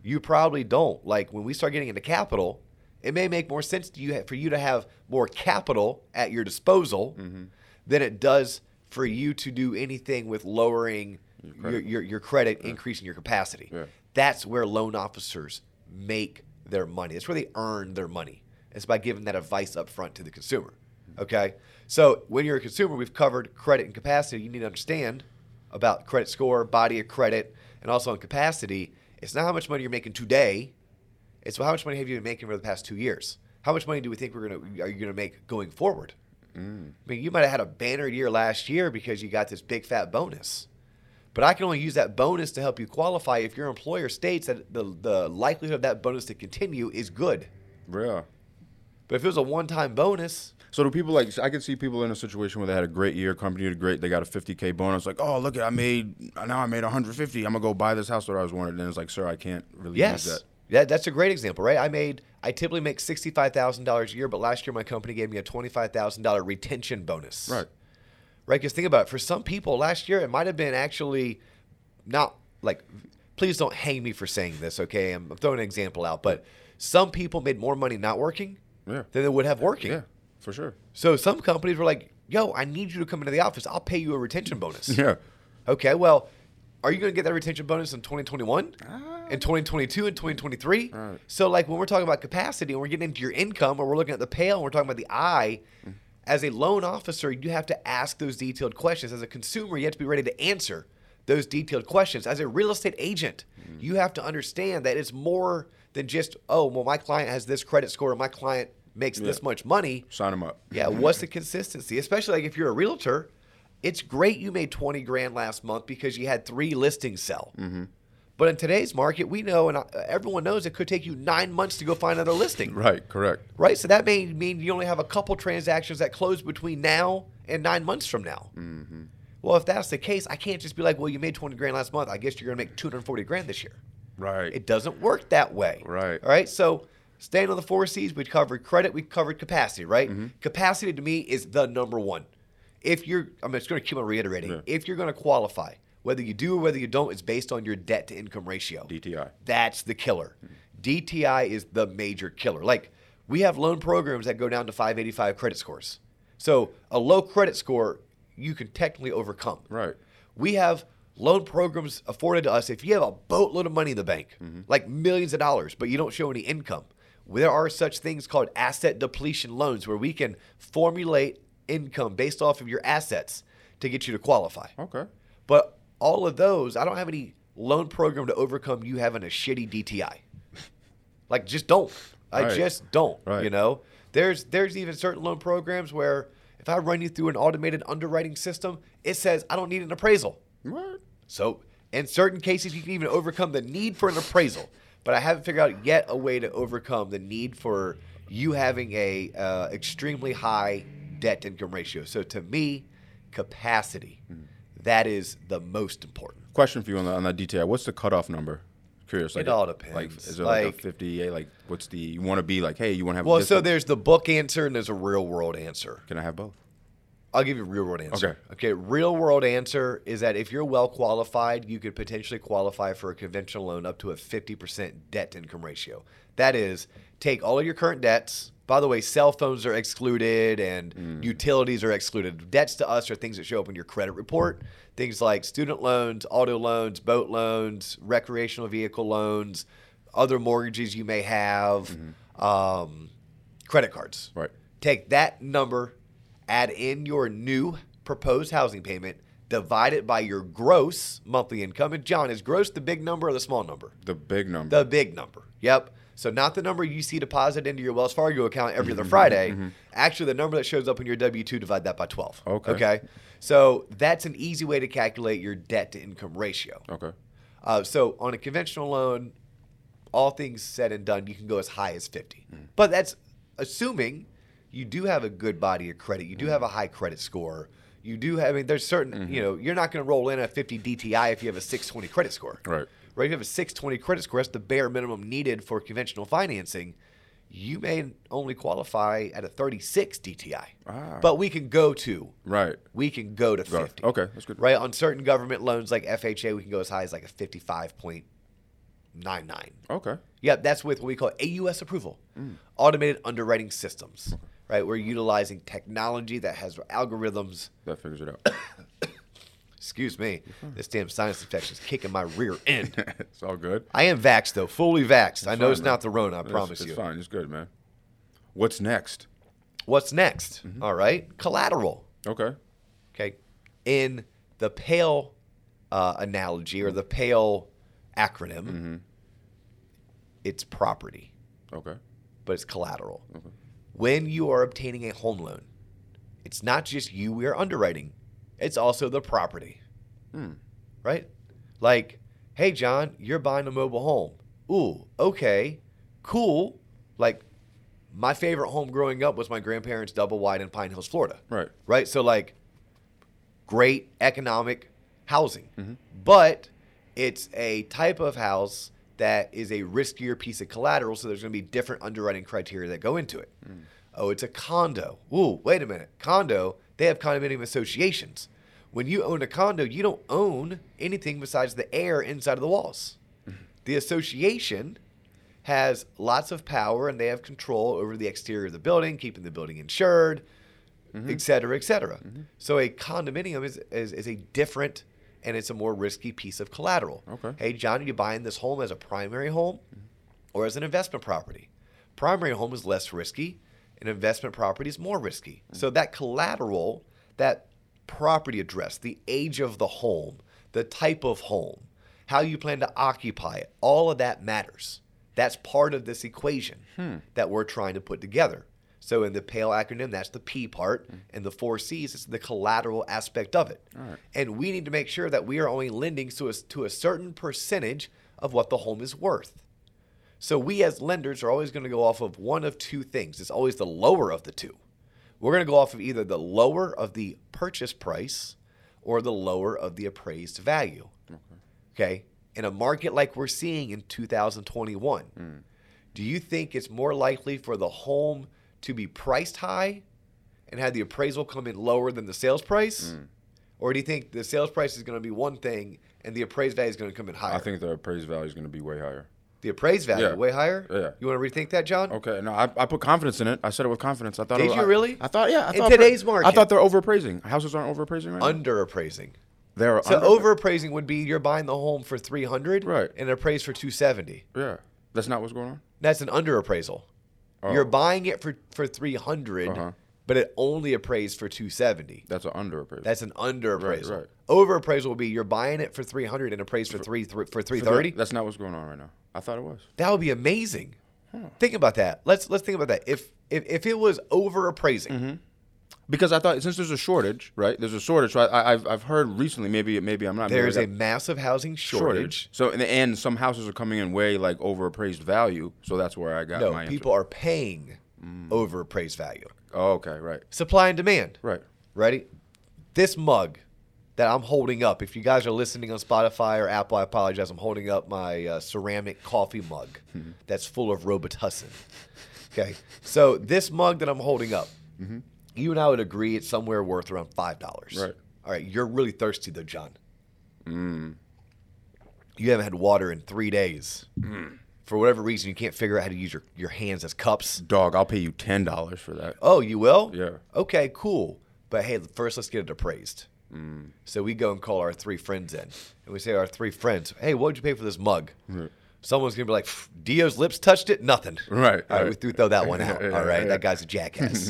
Speaker 1: You probably don't. Like when we start getting into capital, it may make more sense to you ha- for you to have more capital at your disposal
Speaker 2: Mm-hmm.
Speaker 1: than it does for you to do anything with lowering your your,
Speaker 2: credit.
Speaker 1: your, credit, increasing your capacity.
Speaker 2: Yeah.
Speaker 1: That's where loan officers make their money. That's where they earn their money. It's by giving that advice up front to the consumer. Okay? So when you're a consumer, we've covered credit and capacity. You need to understand about credit score, body of credit, and also on capacity, it's not how much money you're making today. It's how much money have you been making over the past two years? How much money do we think we're gonna are you gonna make going forward? I mean, you might have had a banner year last year because you got this big fat bonus. But I can only use that bonus to help you qualify if your employer states that the, the likelihood of that bonus to continue is good.
Speaker 2: Real.
Speaker 1: But if it was a one time bonus,
Speaker 2: So do people like? I could see people in a situation where they had a great year, company did great, they got a 50k bonus. Like, oh look, at I made now I made 150. I'm gonna go buy this house that I was wanted. And it's like, sir, I can't really
Speaker 1: yes.
Speaker 2: use that.
Speaker 1: Yeah, that's a great example, right? I made I typically make sixty five thousand dollars a year, but last year my company gave me a twenty five thousand dollar retention bonus.
Speaker 2: Right.
Speaker 1: Right, because think about it. For some people, last year it might have been actually not like. Please don't hang me for saying this, okay? I'm, I'm throwing an example out, but some people made more money not working
Speaker 2: Yeah.
Speaker 1: than they would have working.
Speaker 2: Yeah, for sure.
Speaker 1: So some companies were like, "Yo, I need you to come into the office. I'll pay you a retention bonus."
Speaker 2: Yeah.
Speaker 1: Okay, well, are you going to get that retention bonus in 2021, in 2022, and 2023? So, like when we're talking about capacity and we're getting into your income, or we're looking at the pale and we're talking about the I, as a loan officer, you have to ask those detailed questions. As a consumer, you have to be ready to answer those detailed questions. As a real estate agent, you have to understand that it's more than just, oh, well, my client has this credit score, or my client makes this much money.
Speaker 2: Sign them up.
Speaker 1: Yeah, what's the consistency? Especially like if you're a realtor, it's great you made 20 grand last month because you had three listings sell. But in today's market, we know and uh, everyone knows it could take you nine months to go find another listing, right.
Speaker 2: Right. Correct.
Speaker 1: So that may mean you only have a couple transactions that close between now and nine months from now. Well, if that's the case, I can't just be like, well, you made 20 grand last month. I guess you're going to make 240 grand this year.
Speaker 2: Right.
Speaker 1: It doesn't work that way.
Speaker 2: Right.
Speaker 1: All right. So staying on the four C's, we covered credit, we covered capacity, right?
Speaker 2: Mm-hmm.
Speaker 1: Capacity to me is the number one. If you're, I'm just going to keep on reiterating, if you're going to qualify, whether you do or whether you don't, it's based on your debt to income ratio.
Speaker 2: DTI.
Speaker 1: That's the killer.
Speaker 2: Mm-hmm.
Speaker 1: DTI is the major killer. Like we have loan programs that go down to 585 credit scores. So a low credit score you can technically overcome.
Speaker 2: Right.
Speaker 1: We have loan programs afforded to us if you have a boatload of money in the bank, like millions of dollars, but you don't show any income. There are such things called asset depletion loans where we can formulate income based off of your assets to get you to qualify.
Speaker 2: Okay.
Speaker 1: But all of those, I don't have any loan program to overcome you having a shitty DTI. Like, just don't. I
Speaker 2: Right.
Speaker 1: just don't.
Speaker 2: Right.
Speaker 1: You know, there's there's even certain loan programs where if I run you through an automated underwriting system, it says I don't need an appraisal.
Speaker 2: What?
Speaker 1: So in certain cases, you can even overcome the need for an appraisal. But I haven't figured out yet a way to overcome the need for you having a uh, extremely high debt to income ratio. So to me, capacity that is the most important.
Speaker 2: Question for you on the on that DTI. What's the cutoff number? Curious. Like,
Speaker 1: all
Speaker 2: Like,
Speaker 1: depends.
Speaker 2: is it like,
Speaker 1: Like-
Speaker 2: a 58? Like, what's the? You want to be like, hey, you want to have?
Speaker 1: Well,
Speaker 2: this
Speaker 1: so
Speaker 2: type-
Speaker 1: there's the book answer and there's a real world answer.
Speaker 2: Can I have both?
Speaker 1: I'll give you a real world answer.
Speaker 2: Okay.
Speaker 1: Okay. Real world answer is that if you're well qualified, you could potentially qualify for a conventional loan up to a 50% debt to income ratio. That is, take all of your current debts. By the way, cell phones are excluded and utilities are excluded. Debts to us are things that show up in your credit report. Things like student loans, auto loans, boat loans, recreational vehicle loans, other mortgages you may have, um, credit cards
Speaker 2: Right.
Speaker 1: take that number, add in your new proposed housing payment, divide it by your gross monthly income. And John, is gross the big number or the small number?
Speaker 2: The big number.
Speaker 1: The big number. Yep. So not the number you see deposited into your Wells Fargo account every other Friday. Actually, the number that shows up in your W two divide that by twelve.
Speaker 2: Okay.
Speaker 1: Okay. So that's an easy way to calculate your debt to income ratio.
Speaker 2: okay.
Speaker 1: Uh, so on a conventional loan, all things said and done, you can go as high as 50.
Speaker 2: Hmm.
Speaker 1: But that's assuming you do have a good body of credit. You
Speaker 2: Hmm.
Speaker 1: do have a high credit score. You do have, I mean, there's certain,
Speaker 2: Mm-hmm.
Speaker 1: you know, you're not going to roll in a 50 DTI if you have a 620 credit score.
Speaker 2: Right.
Speaker 1: Right. If you have a 620 credit score, that's the bare minimum needed for conventional financing. You may only qualify at a 36 DTI.
Speaker 2: Ah.
Speaker 1: But we can go to,
Speaker 2: Right.
Speaker 1: we can go to
Speaker 2: Got it.
Speaker 1: 50
Speaker 2: Okay. That's good.
Speaker 1: right? On certain government loans like FHA, we can go as high as like a 55.99.
Speaker 2: Okay.
Speaker 1: Yep, that's with what we call AUS approval,
Speaker 2: Mm.
Speaker 1: automated underwriting systems, right? We're utilizing technology that has algorithms.
Speaker 2: That
Speaker 1: *coughs*
Speaker 2: figures it out. *laughs*
Speaker 1: Excuse me,
Speaker 2: Mm-hmm.
Speaker 1: this damn sinus infection is kicking my rear end.
Speaker 2: it's all good.
Speaker 1: I am vaxxed though, fully vaxxed. I know
Speaker 2: fine,
Speaker 1: it's
Speaker 2: man.
Speaker 1: not the Rona, I
Speaker 2: It's-
Speaker 1: promise
Speaker 2: it's
Speaker 1: you.
Speaker 2: fine. It's good, man. What's next?
Speaker 1: What's
Speaker 2: Mm-hmm.
Speaker 1: next? All right, collateral.
Speaker 2: Okay.
Speaker 1: Okay. In the pale uh, analogy or the pale acronym, it's property,
Speaker 2: Okay.
Speaker 1: but it's collateral. When you are obtaining a home loan, it's not just you we are underwriting, it's also the property. Right? Like, hey, John, you're buying a mobile home. Ooh, okay, cool. Like, my favorite home growing up was my grandparents' double wide in Pine Hills, Florida
Speaker 2: Right.
Speaker 1: right? So like great economic housing, but it's a type of house that is a riskier piece of collateral. So there's going to be different underwriting criteria that go into it. Oh, it's a condo. Ooh, wait a minute, condo. They have condominium associations. When you own a condo, you don't own anything besides the air inside of the walls. The association has lots of power and they have control over the exterior of the building, keeping the building insured, et cetera, et cetera. So a condominium is, is, is a different and it's a more risky piece of collateral.
Speaker 2: Okay.
Speaker 1: Hey, John, are you buying this home as a primary home or as an investment property? Primary home is less risky, an investment property is more risky. So that collateral, that property address, the age of the home, the type of home, how you plan to occupy it, all of that matters. That's part of this equation that we're trying to put together. So in the PALE acronym, that's the P part, and the four C's is the collateral aspect of it. And we need to make sure that we are only lending to a, to a certain percentage of what the home is worth. So we as lenders are always going to go off of one of two things. It's always the lower of the two. We're going to go off of either the lower of the purchase price or the lower of the appraised value. Okay? In a market like we're seeing in 2021,
Speaker 2: Mm.
Speaker 1: do you think it's more likely for the home to be priced high and have the appraisal come in lower than the sales price?
Speaker 2: Mm.
Speaker 1: Or do you think the sales price is going to be one thing and the appraised value is going to come in higher?
Speaker 2: I think the appraised value is going to be way higher.
Speaker 1: The appraised value
Speaker 2: Yeah.
Speaker 1: way higher.
Speaker 2: Yeah.
Speaker 1: You want to rethink that, John?
Speaker 2: Okay, no, I, I put confidence in it. I said it with confidence. I thought.
Speaker 1: Did
Speaker 2: it,
Speaker 1: you
Speaker 2: I-
Speaker 1: really?
Speaker 2: I, thought yeah. I
Speaker 1: In
Speaker 2: thought appra-
Speaker 1: today's market.
Speaker 2: I thought they're overappraising. Houses aren't overappraising right now.
Speaker 1: Under appraising.
Speaker 2: they're
Speaker 1: So
Speaker 2: under-
Speaker 1: over appraising would be you're buying the home for three hundred,
Speaker 2: Right.
Speaker 1: And appraised for two seventy.
Speaker 2: Yeah, that's not what's going on.
Speaker 1: That's an under appraisal. You're buying it for for 300
Speaker 2: Oh. Uh-huh.
Speaker 1: but it only appraised for two seventy.
Speaker 2: That's an underappraisal.
Speaker 1: That's an under appraisal.
Speaker 2: right.
Speaker 1: Over appraisal would be you're buying it for three hundred and appraised for three thr- for three thirty.
Speaker 2: That's not what's going on right now. I thought it was.
Speaker 1: That would be amazing. Think about that. Let's let's think about that. If if, if it was over appraising,
Speaker 2: Mm-hmm. Because I thought since there's a shortage, right? There's a shortage. So I, I, I've I've heard recently. Maybe maybe I'm not. maybe
Speaker 1: there's
Speaker 2: I
Speaker 1: a
Speaker 2: got
Speaker 1: massive housing shortage.
Speaker 2: So in the end, some houses are coming in way like overappraised value. So that's where I got
Speaker 1: No,
Speaker 2: my answer. Mm.
Speaker 1: people are paying over appraised value.
Speaker 2: Oh, okay, right,
Speaker 1: Supply and demand.
Speaker 2: right.
Speaker 1: Ready? This mug that I'm holding up, if you guys are listening on Spotify or Apple, I apologize. I'm holding up my uh, ceramic coffee mug that's full of Robitussin. Okay. So this mug that I'm holding up, you and I would agree it's somewhere worth around $5.
Speaker 2: Right.
Speaker 1: All right. You're really thirsty, though, John. You haven't had water in three days. For whatever reason, you can't figure out how to use your, your hands as cups.
Speaker 2: Dog, I'll pay you ten dollars for that.
Speaker 1: Oh, you will?
Speaker 2: Yeah.
Speaker 1: Okay, cool. But hey, first let's get it appraised.
Speaker 2: Mm.
Speaker 1: So we go and call our three friends in, and we say to our three friends, "Hey, what would you pay for this mug?" Someone's gonna be like, "Pff, "Dio's lips touched it, nothing."
Speaker 2: *laughs* Right,
Speaker 1: All right, we
Speaker 2: right.
Speaker 1: threw throw that one out.
Speaker 2: *laughs* Yeah,
Speaker 1: All right,
Speaker 2: yeah.
Speaker 1: that guy's a
Speaker 2: *laughs*
Speaker 1: jackass.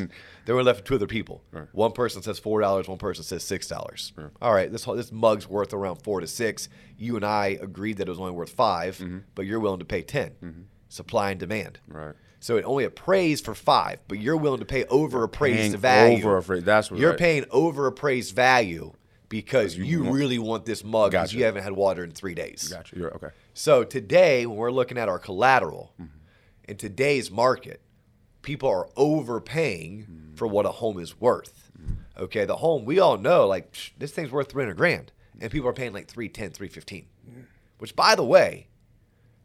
Speaker 1: then we're left with two other people. One person says four dollars. One person says six dollars. All right, this whole- this mug's worth around four to six. You and I agreed that it was only worth 5 but you're willing to pay 10 Supply and demand.
Speaker 2: Mm-hmm. Right.
Speaker 1: So it only appraised for five, but you're willing to pay over appraised
Speaker 2: Paying
Speaker 1: value.
Speaker 2: overappra- that's what-
Speaker 1: you're
Speaker 2: right.
Speaker 1: paying over appraised value because you,
Speaker 2: want-
Speaker 1: really want this mug because
Speaker 2: Gotcha.
Speaker 1: you haven't had water in three days.
Speaker 2: Gotcha. You're okay.
Speaker 1: So today, when we're looking at our collateral in today's market, people are overpaying for what a home is worth. Okay, the home we all know, like psh, this thing's worth three hundred grand, and people are paying like 310, 315. Which, by the way,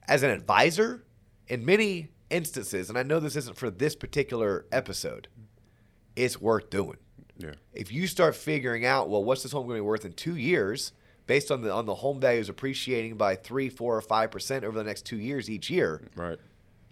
Speaker 1: as an advisor, in many instances, and I know this isn't for this particular episode, it's worth doing.
Speaker 2: Yeah.
Speaker 1: If you start figuring out, well, what's this home going to be worth in two years, based on the on the home values appreciating by three, four, or five percent over the next two years each year,
Speaker 2: Right.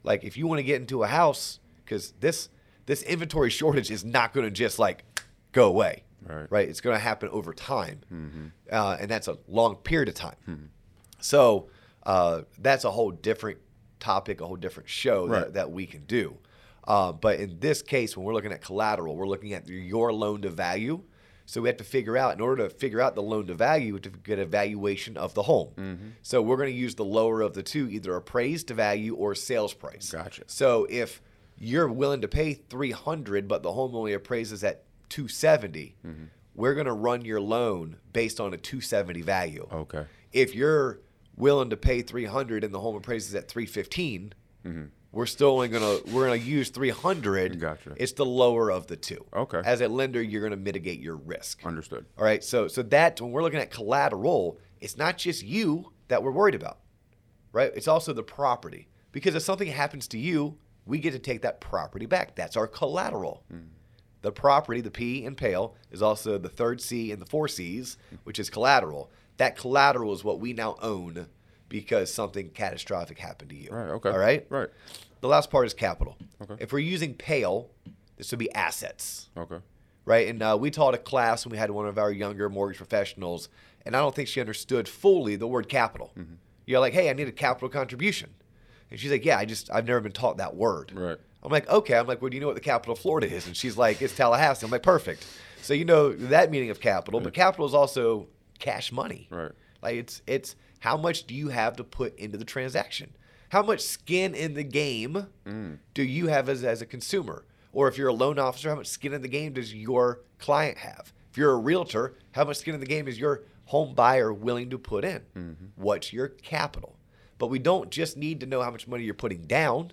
Speaker 1: like if you want to get into a house, because this this inventory *laughs* shortage is not going to just like go away,
Speaker 2: Right.
Speaker 1: It's going to happen over time, uh, and that's a long period of time. So uh, that's a whole different topic, a whole different show that,
Speaker 2: Right.
Speaker 1: that we can do. Uh, but in this case, when we're looking at collateral, we're looking at your loan to value. So we have to figure out, in order to figure out the loan to value, we have to get a valuation of the home.
Speaker 2: Mm-hmm.
Speaker 1: So we're going to use the lower of the two, either appraised to value or sales price.
Speaker 2: Gotcha.
Speaker 1: So if you're willing to pay 300 but the home only appraises at 270,
Speaker 2: Mm-hmm.
Speaker 1: we're going to run your loan based on a 270 value.
Speaker 2: Okay.
Speaker 1: If you're willing to pay 300 and the home appraises at 315,
Speaker 2: Mm-hmm.
Speaker 1: we're still only going to we're going to use 300.
Speaker 2: Gotcha.
Speaker 1: It's the lower of the two.
Speaker 2: Okay.
Speaker 1: As a lender, you're going to mitigate your risk.
Speaker 2: Understood.
Speaker 1: All right. So so that when we're looking at collateral, it's not just you that we're worried about, right? It's also the property because if something happens to you, we get to take that property back. That's our collateral.
Speaker 2: Hmm.
Speaker 1: The property, the P and pale, is also the third C and the four C's, which is collateral. That collateral is what we now own because something catastrophic happened to you.
Speaker 2: Right. Okay.
Speaker 1: All right.
Speaker 2: Right.
Speaker 1: The last part is capital.
Speaker 2: Okay.
Speaker 1: If we're using pale, this would be assets
Speaker 2: Okay.
Speaker 1: right? And uh, we taught a class when we had one of our younger mortgage professionals, and I don't think she understood fully the word capital. You're like, hey, I need a capital contribution, and she's like, yeah, I just I've never been taught that word.
Speaker 2: Right.
Speaker 1: I'm like, okay. I'm like, well, do you know what the capital of Florida is? And she's like, it's Tallahassee. I'm like, perfect. So you know that meaning of capital, but capital is also cash money.
Speaker 2: Right.
Speaker 1: Like it's it's how much do you have to put into the transaction? How much skin in the game do you have as, as a consumer? Or if you're a loan officer, how much skin in the game does your client have? If you're a realtor, how much skin in the game is your home buyer willing to put in? What's your capital? But we don't just need to know how much money you're putting down.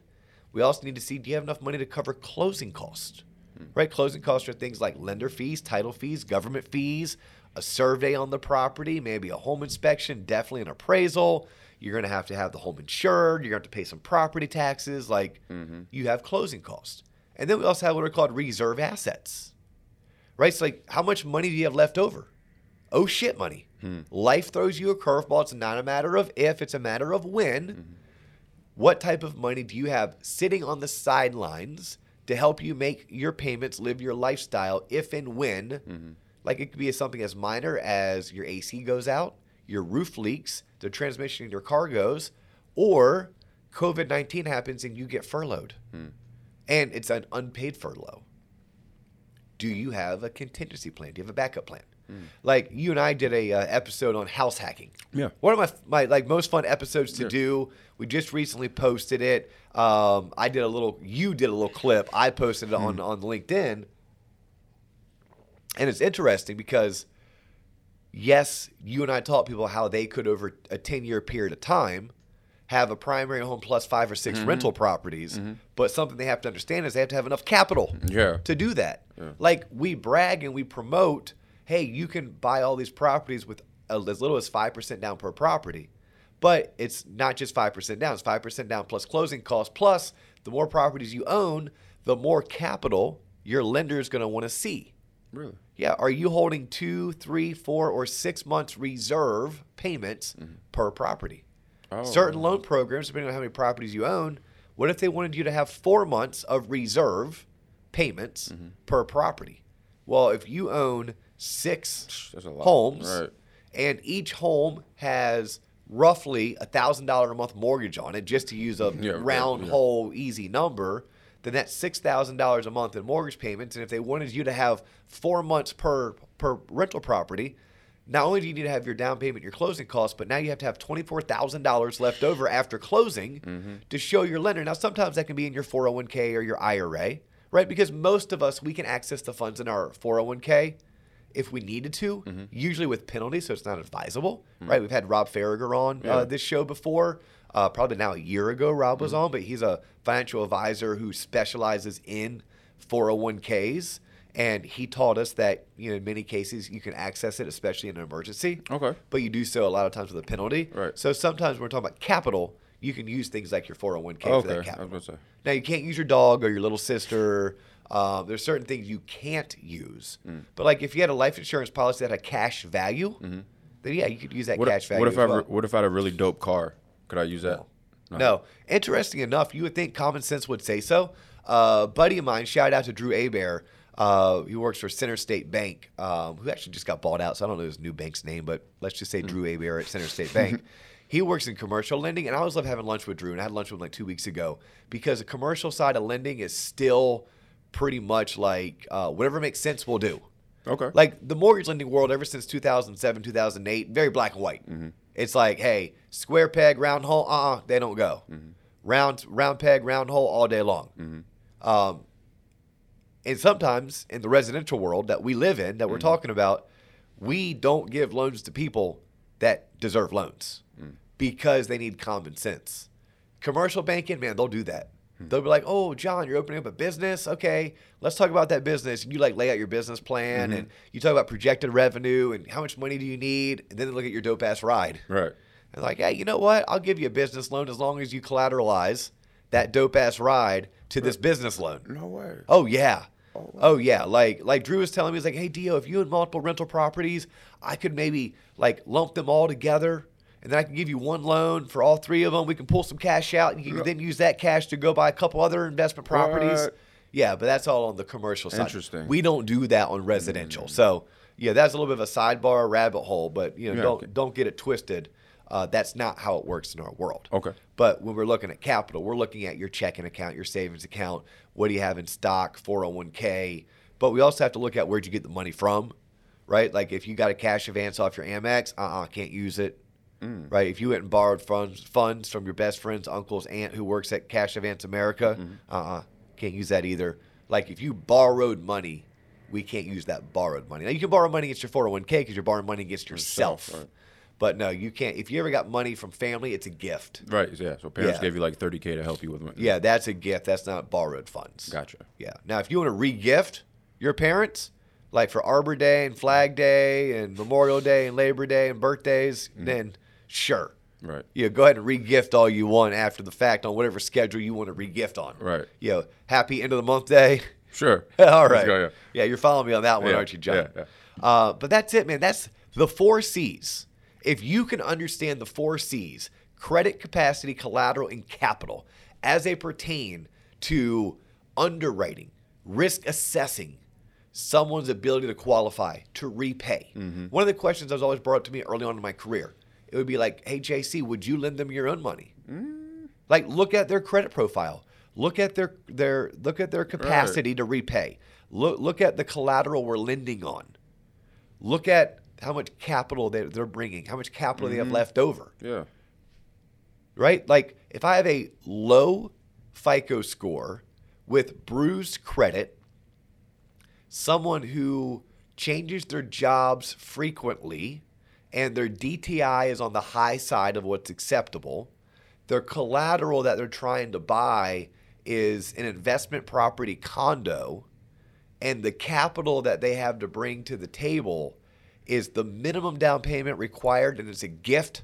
Speaker 1: We also need to see do you have enough money to cover closing costs? Right? Closing costs are things like lender fees, title fees, government fees, a survey on the property, maybe a home inspection, definitely an appraisal. You're going to have to have the home insured. You're going to have to pay some property taxes. Like you have closing costs. And then we also have what are called reserve assets. Right? It's like how much money do you have left over? Oh shit, money. Life throws you a curveball. It's not a matter of if, it's a matter of when. What type of money do you have sitting on the sidelines to help you make your payments, live your lifestyle, if and when? Like it could be something as minor as your AC goes out, your roof leaks, the transmission in your car goes, or COVID 19 happens and you get furloughed. And it's an unpaid furlough. Do you have a contingency plan? Do you have a backup plan?
Speaker 2: Hmm.
Speaker 1: Like you and I did a uh, episode on house hacking.
Speaker 2: Yeah.
Speaker 1: One of my, my like most fun episodes to
Speaker 2: Yeah.
Speaker 1: do. We just recently posted it. Um, I did a little. You did a little clip. I posted it
Speaker 2: Hmm.
Speaker 1: on on LinkedIn, and it's interesting because yes, you and I taught people how they could over a ten year period of time have a primary home plus five or 6
Speaker 2: Mm-hmm.
Speaker 1: rental properties, but something they have to understand is they have to have enough capital
Speaker 2: Yeah.
Speaker 1: to do that. Like we brag and we promote, hey, you can buy all these properties with uh, as little as 5% down per property. But it's not just 5% down, it's 5% down plus closing costs. Plus, the more properties you own, the more capital your lender is going to want to see.
Speaker 2: Really?
Speaker 1: Yeah, are you holding two, three, four, or six months reserve payments per property?
Speaker 2: Mm-hmm. Oh.
Speaker 1: Certain loan programs, depending on how many properties you own, what if they wanted you to have four months of reserve payments
Speaker 2: Mm-hmm.
Speaker 1: per property? Well, if you own six
Speaker 2: That's a lot.
Speaker 1: homes
Speaker 2: Right.
Speaker 1: and each home has roughly a thousand dollar a month mortgage on it, just to use a
Speaker 2: Yeah, right,
Speaker 1: round
Speaker 2: yeah.
Speaker 1: hole whole easy number, then that's six thousand dollars a month in mortgage payments. And if they wanted you to have four months per per rental property, not only do you need to have your down payment, your closing costs, but now you have to have twenty four thousand dollars left over after closing
Speaker 2: Mm-hmm.
Speaker 1: to show your lender. Now sometimes that can be in your four hundred one k or your IRA, right? Because most of us we can access the funds in our four hundred one k. If we needed to,
Speaker 2: Mm-hmm.
Speaker 1: usually with penalties, so it's not advisable, right? We've had Rob Farragher on uh,
Speaker 2: Yeah. Mm-hmm.
Speaker 1: this show before, uh, probably now a year ago, Rob was on, but he's a financial advisor who specializes in 401ks. And he taught us that, you know, in many cases you can access it, especially in an emergency.
Speaker 2: Okay.
Speaker 1: But you do so a lot of times with a penalty.
Speaker 2: Right.
Speaker 1: So sometimes when we're talking about capital, you can use things like your 401k for
Speaker 2: Okay. I
Speaker 1: that
Speaker 2: was
Speaker 1: capital.
Speaker 2: gonna say.
Speaker 1: Now you can't use your dog or your little sister. Um, there's certain things you can't use.
Speaker 2: Mm.
Speaker 1: But like if you had a life insurance policy that had a cash value, then yeah, you could use that
Speaker 2: Mm-hmm. What,
Speaker 1: cash
Speaker 2: if,
Speaker 1: value.
Speaker 2: what if
Speaker 1: as
Speaker 2: I
Speaker 1: well.
Speaker 2: re- what if I had a really dope car? Could I use that?
Speaker 1: No. Interesting enough, you would think common sense would say so. Uh, a buddy of mine, shout out to Drew Abear. Uh, he works for Center State Bank, um, who actually just got bought out. So I don't know his new bank's name, but let's just say Drew Abear at Center State Bank. He works in commercial lending, and I always love having lunch with Drew. And I had lunch with him like two weeks ago because the commercial side of lending is still pretty much like uh, whatever makes sense, we'll do.
Speaker 2: Okay.
Speaker 1: Like the mortgage lending world, ever since 2007, 2008, very black and white. It's like, hey, square peg, round hole, uh uh they don't go. Round, round peg, round hole all day long. Um, and sometimes in the residential world that we live in, that we're talking about, we don't give loans to people that deserve loans because they need common sense. Commercial banking, man, they'll do that. They'll be like, "Oh, John, you're opening up a business. Okay, let's talk about that business." You like lay out your business plan, and you talk about projected revenue and how much money do you need, and then they look at your dope ass ride.
Speaker 2: Right.
Speaker 1: And like, hey, you know what? I'll give you a business loan as long as you collateralize that dope ass ride to this business loan.
Speaker 2: No way.
Speaker 1: Oh yeah. Oh yeah. Like like Drew was telling me, he's like, hey Dio, if you had multiple rental properties, I could maybe like lump them all together, and then I can give you one loan for all three of them. We can pull some cash out, and you can then use that cash to go buy a couple other investment properties.
Speaker 2: What?
Speaker 1: Yeah, but that's all on the commercial side.
Speaker 2: Interesting. Mm.
Speaker 1: We don't do that on residential. So yeah, that's a little bit of a sidebar rabbit hole, but you know,
Speaker 2: Yeah,
Speaker 1: don't
Speaker 2: okay.
Speaker 1: don't get it twisted. Uh, that's not how it works in our world.
Speaker 2: Okay.
Speaker 1: But when we're looking at capital, we're looking at your checking account, your savings account, what do you have in stock, 401k. But we also have to look at where'd you get the money from, right? Like if you got a cash advance off your Amex, uh uh-uh, uh, can not use it, right? If you went and borrowed funds funds from your best friend's uncle's aunt who works at Cash Advance America, uh uh-uh, uh, can not use that either. Like if you borrowed money, we can't use that borrowed money. Now you can borrow money against your 401k because you're borrowing money against yourself.
Speaker 2: right.
Speaker 1: But no, you can't. If you ever got money from family, it's a gift.
Speaker 2: Right. Yeah. So parents
Speaker 1: Yeah.
Speaker 2: gave you like 30k to help you with money.
Speaker 1: Yeah, that's a gift. That's not borrowed funds.
Speaker 2: Gotcha.
Speaker 1: Yeah. Now, if you want to re-gift your parents, like for Arbor Day and Flag Day and Memorial Day and Labor Day and birthdays,
Speaker 2: Mm-hmm.
Speaker 1: then sure.
Speaker 2: Right.
Speaker 1: Yeah, go ahead and re-gift all you want after the fact on whatever schedule you want to re-gift on.
Speaker 2: Right.
Speaker 1: You know, happy end of the month day.
Speaker 2: Sure.
Speaker 1: *laughs* all
Speaker 2: Let's
Speaker 1: right.
Speaker 2: go, yeah.
Speaker 1: yeah, you're following me on that one,
Speaker 2: Yeah,
Speaker 1: aren't you, John?
Speaker 2: yeah, yeah.
Speaker 1: Uh, but that's it, man. That's the four C's. If you can understand the four C's credit capacity, collateral, and capital as they pertain to underwriting, risk assessing someone's ability to qualify, to repay.
Speaker 2: Mm-hmm.
Speaker 1: One of the questions that was always brought up to me early on in my career it would be like, hey, JC, would you lend them your own money? Like look at their credit profile. Look at their their look at their capacity to repay. Look look at the collateral we're lending on. Look at how much capital they, they're bringing, how much capital they have left over,
Speaker 2: Yeah.
Speaker 1: right? Like if I have a low FICO score with bruised credit, someone who changes their jobs frequently and their DTI is on the high side of what's acceptable, their collateral that they're trying to buy is an investment property condo, and the capital that they have to bring to the table is the minimum down payment required, and it's a gift.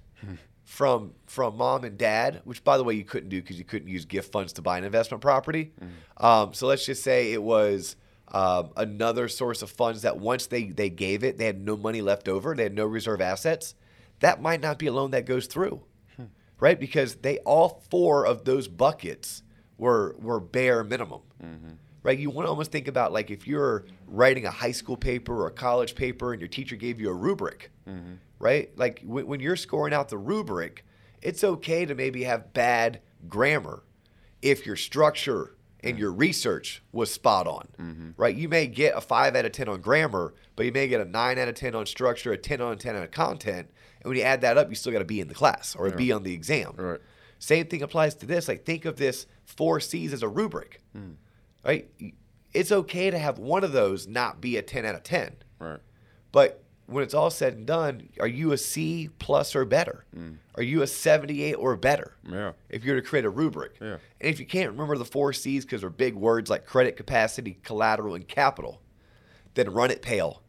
Speaker 1: From from mom and dad, which by the way you couldn't do because you couldn't use gift funds to buy an investment property. Um, so let's just say it was um, another source of funds that once they, they gave it, they had no money left over, they had no reserve assets. That might not be a loan that goes through, right? Because they all four of those buckets were were bare minimum, right? You want to almost think about like if you're writing a high school paper or a college paper, and your teacher gave you a rubric, right? Like when, when you're scoring out the rubric, it's okay to maybe have bad grammar if your structure and your research was spot on,
Speaker 2: Mm-hmm.
Speaker 1: right? You may get a five out of 10 on grammar, but you may get a nine out of 10 on structure, a 10 out of 10 on content. And when you add that up, you still got to be in the class or a B on the exam.
Speaker 2: Right.
Speaker 1: Same thing applies to this. Like, think of this four C's as a rubric,
Speaker 2: Hmm.
Speaker 1: right? It's okay to have one of those not be a 10 out of 10.
Speaker 2: Right.
Speaker 1: But when it's all said and done, are you a C plus or better?
Speaker 2: Hmm.
Speaker 1: Are you a 78 or better?
Speaker 2: Yeah.
Speaker 1: If you were to create a rubric.
Speaker 2: Yeah.
Speaker 1: And if you can't remember the four C's because they're big words like credit capacity, collateral, and capital, then run it pale.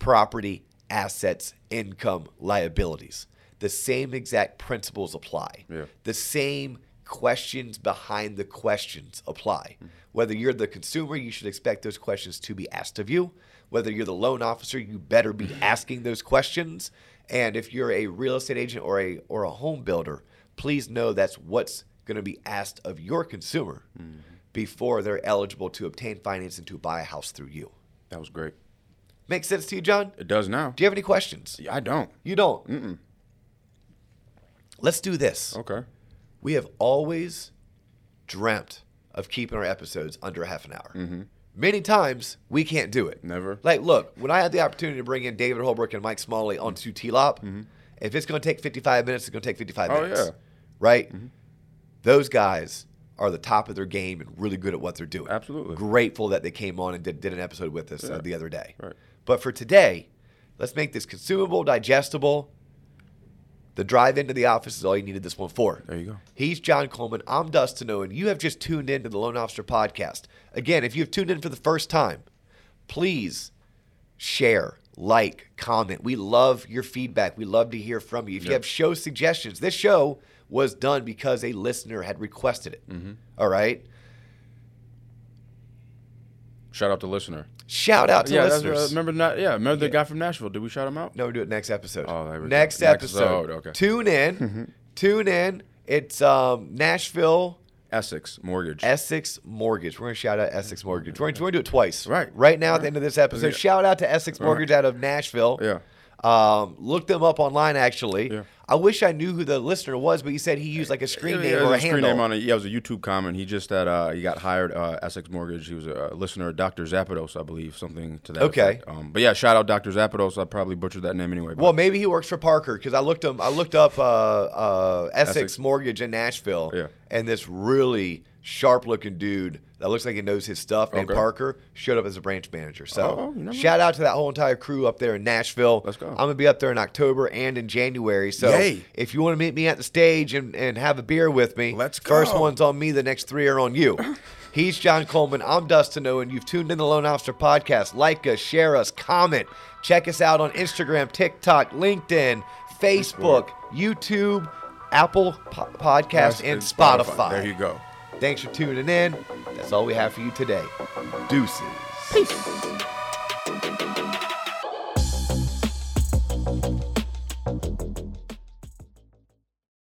Speaker 1: Property, assets, income, liabilities. The same exact principles apply.
Speaker 2: Yeah.
Speaker 1: The same questions behind the questions apply. Whether you're the consumer, you should expect those questions to be asked of you. Whether you're the loan officer, you better be asking those questions. And if you're a real estate agent or a or a home builder, please know that's what's going to be asked of your consumer before they're eligible to obtain financing to buy a house through you.
Speaker 2: That was great.
Speaker 1: Make sense to you, John?
Speaker 2: It does now.
Speaker 1: Do you have any questions?
Speaker 2: I don't.
Speaker 1: You don't. Let's do this.
Speaker 2: Okay.
Speaker 1: We have always dreamt of keeping our episodes under half an hour. many times we can't do it.
Speaker 2: Mm-hmm. Never.
Speaker 1: Like, look, when I had the opportunity to bring in David Holbrook and Mike Smalley onto TLOP, if it's going to take 55 minutes, it's going to take 55
Speaker 2: Mm-hmm. Oh,
Speaker 1: minutes.
Speaker 2: yeah. Mm-hmm.
Speaker 1: Right? Those guys are the top of their game and really good at what they're doing.
Speaker 2: Absolutely.
Speaker 1: Grateful that they came on and did, did an episode with us uh, the other day.
Speaker 2: Right.
Speaker 1: But for today, let's make this consumable, digestible. The drive into the office is all you needed this one for.
Speaker 2: There you go.
Speaker 1: He's John Coleman. I'm Dustin Owen. You have just tuned in to the Lone Officer Podcast. Again, if you've tuned in for the first time, please share, like, comment. We love your feedback. We love to hear from you. If you have show suggestions, this show was done because a listener had requested it.
Speaker 2: Mm-hmm.
Speaker 1: All right.
Speaker 2: Shout out to listener.
Speaker 1: Shout out to
Speaker 2: yeah, that's-
Speaker 1: listeners.
Speaker 2: uh, remember not? Yeah, remember the guy from Nashville? Did we shout him out?
Speaker 1: No, we do it next episode.
Speaker 2: Oh, there we go.
Speaker 1: next
Speaker 2: Next-
Speaker 1: episode.
Speaker 2: oh, okay.
Speaker 1: Tune in. tune in. It's um, Nashville
Speaker 2: Essex Mortgage.
Speaker 1: Essex Mortgage. We're gonna shout out Essex Mortgage. We're gonna, we're gonna do it twice.
Speaker 2: Right.
Speaker 1: Right now at the end of this episode, shout out to Essex Mortgage out of Nashville.
Speaker 2: Yeah.
Speaker 1: Um, look them up online. Actually,
Speaker 2: Yeah.
Speaker 1: I wish I knew who the listener was, but he said he used like a screen
Speaker 2: Yeah,
Speaker 1: name
Speaker 2: there's
Speaker 1: or a,
Speaker 2: a screen
Speaker 1: handle.
Speaker 2: name on it. Yeah, it was a YouTube comment. He just had uh, he got hired uh, Essex Mortgage. He was a listener, of Dr. Zapados, I believe, something to that.
Speaker 1: Okay.
Speaker 2: effect. Um, but yeah, shout out Dr. Zapados. I probably butchered that name anyway. But
Speaker 1: Well, maybe he works for Parker because I looked him. I looked up uh, uh, Essex,
Speaker 2: Essex.
Speaker 1: Mortgage in Nashville,
Speaker 2: Yeah.
Speaker 1: and this really sharp-looking dude that looks like he knows his stuff named
Speaker 2: Okay.
Speaker 1: Parker showed up as a branch manager.
Speaker 2: Oh,
Speaker 1: So
Speaker 2: you never-
Speaker 1: shout out to that whole entire crew up there in Nashville.
Speaker 2: Let's go.
Speaker 1: I'm gonna be up there in October and in January. So
Speaker 2: Yay.
Speaker 1: if you want to meet me at the stage and, and have a beer with me,
Speaker 2: Let's
Speaker 1: First
Speaker 2: go.
Speaker 1: one's on me. The next three are on
Speaker 2: *clears throat*
Speaker 1: you. He's John Coleman. I'm Dustin Owen. You've tuned in the Lone Officer Podcast. Like us, share us, comment. Check us out on Instagram, TikTok, LinkedIn, Facebook, YouTube, Apple po- Podcast, and Spotify.
Speaker 2: There you go.
Speaker 1: Thanks for tuning in. That's all we have for you today. Deuces.
Speaker 3: Peace.